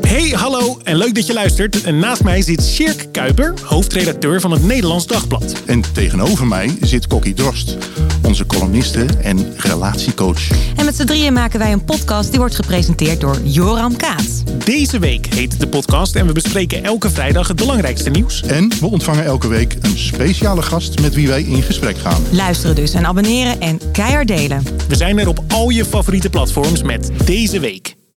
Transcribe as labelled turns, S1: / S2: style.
S1: Hey, hallo en leuk dat je luistert. En naast mij zit Sjerk Kuiper, hoofdredacteur van het Nederlands Dagblad.
S2: En tegenover mij zit Kokkie Dorst, onze columniste en relatiecoach.
S3: En met z'n drieën maken wij een podcast die wordt gepresenteerd door Joram Kaats.
S1: Deze week heet de podcast en we bespreken elke vrijdag het belangrijkste nieuws.
S2: En we ontvangen elke week een speciale gast met wie wij in gesprek gaan.
S3: Luisteren dus en abonneren en keihard delen.
S1: We zijn er op al je favoriete platforms met deze week.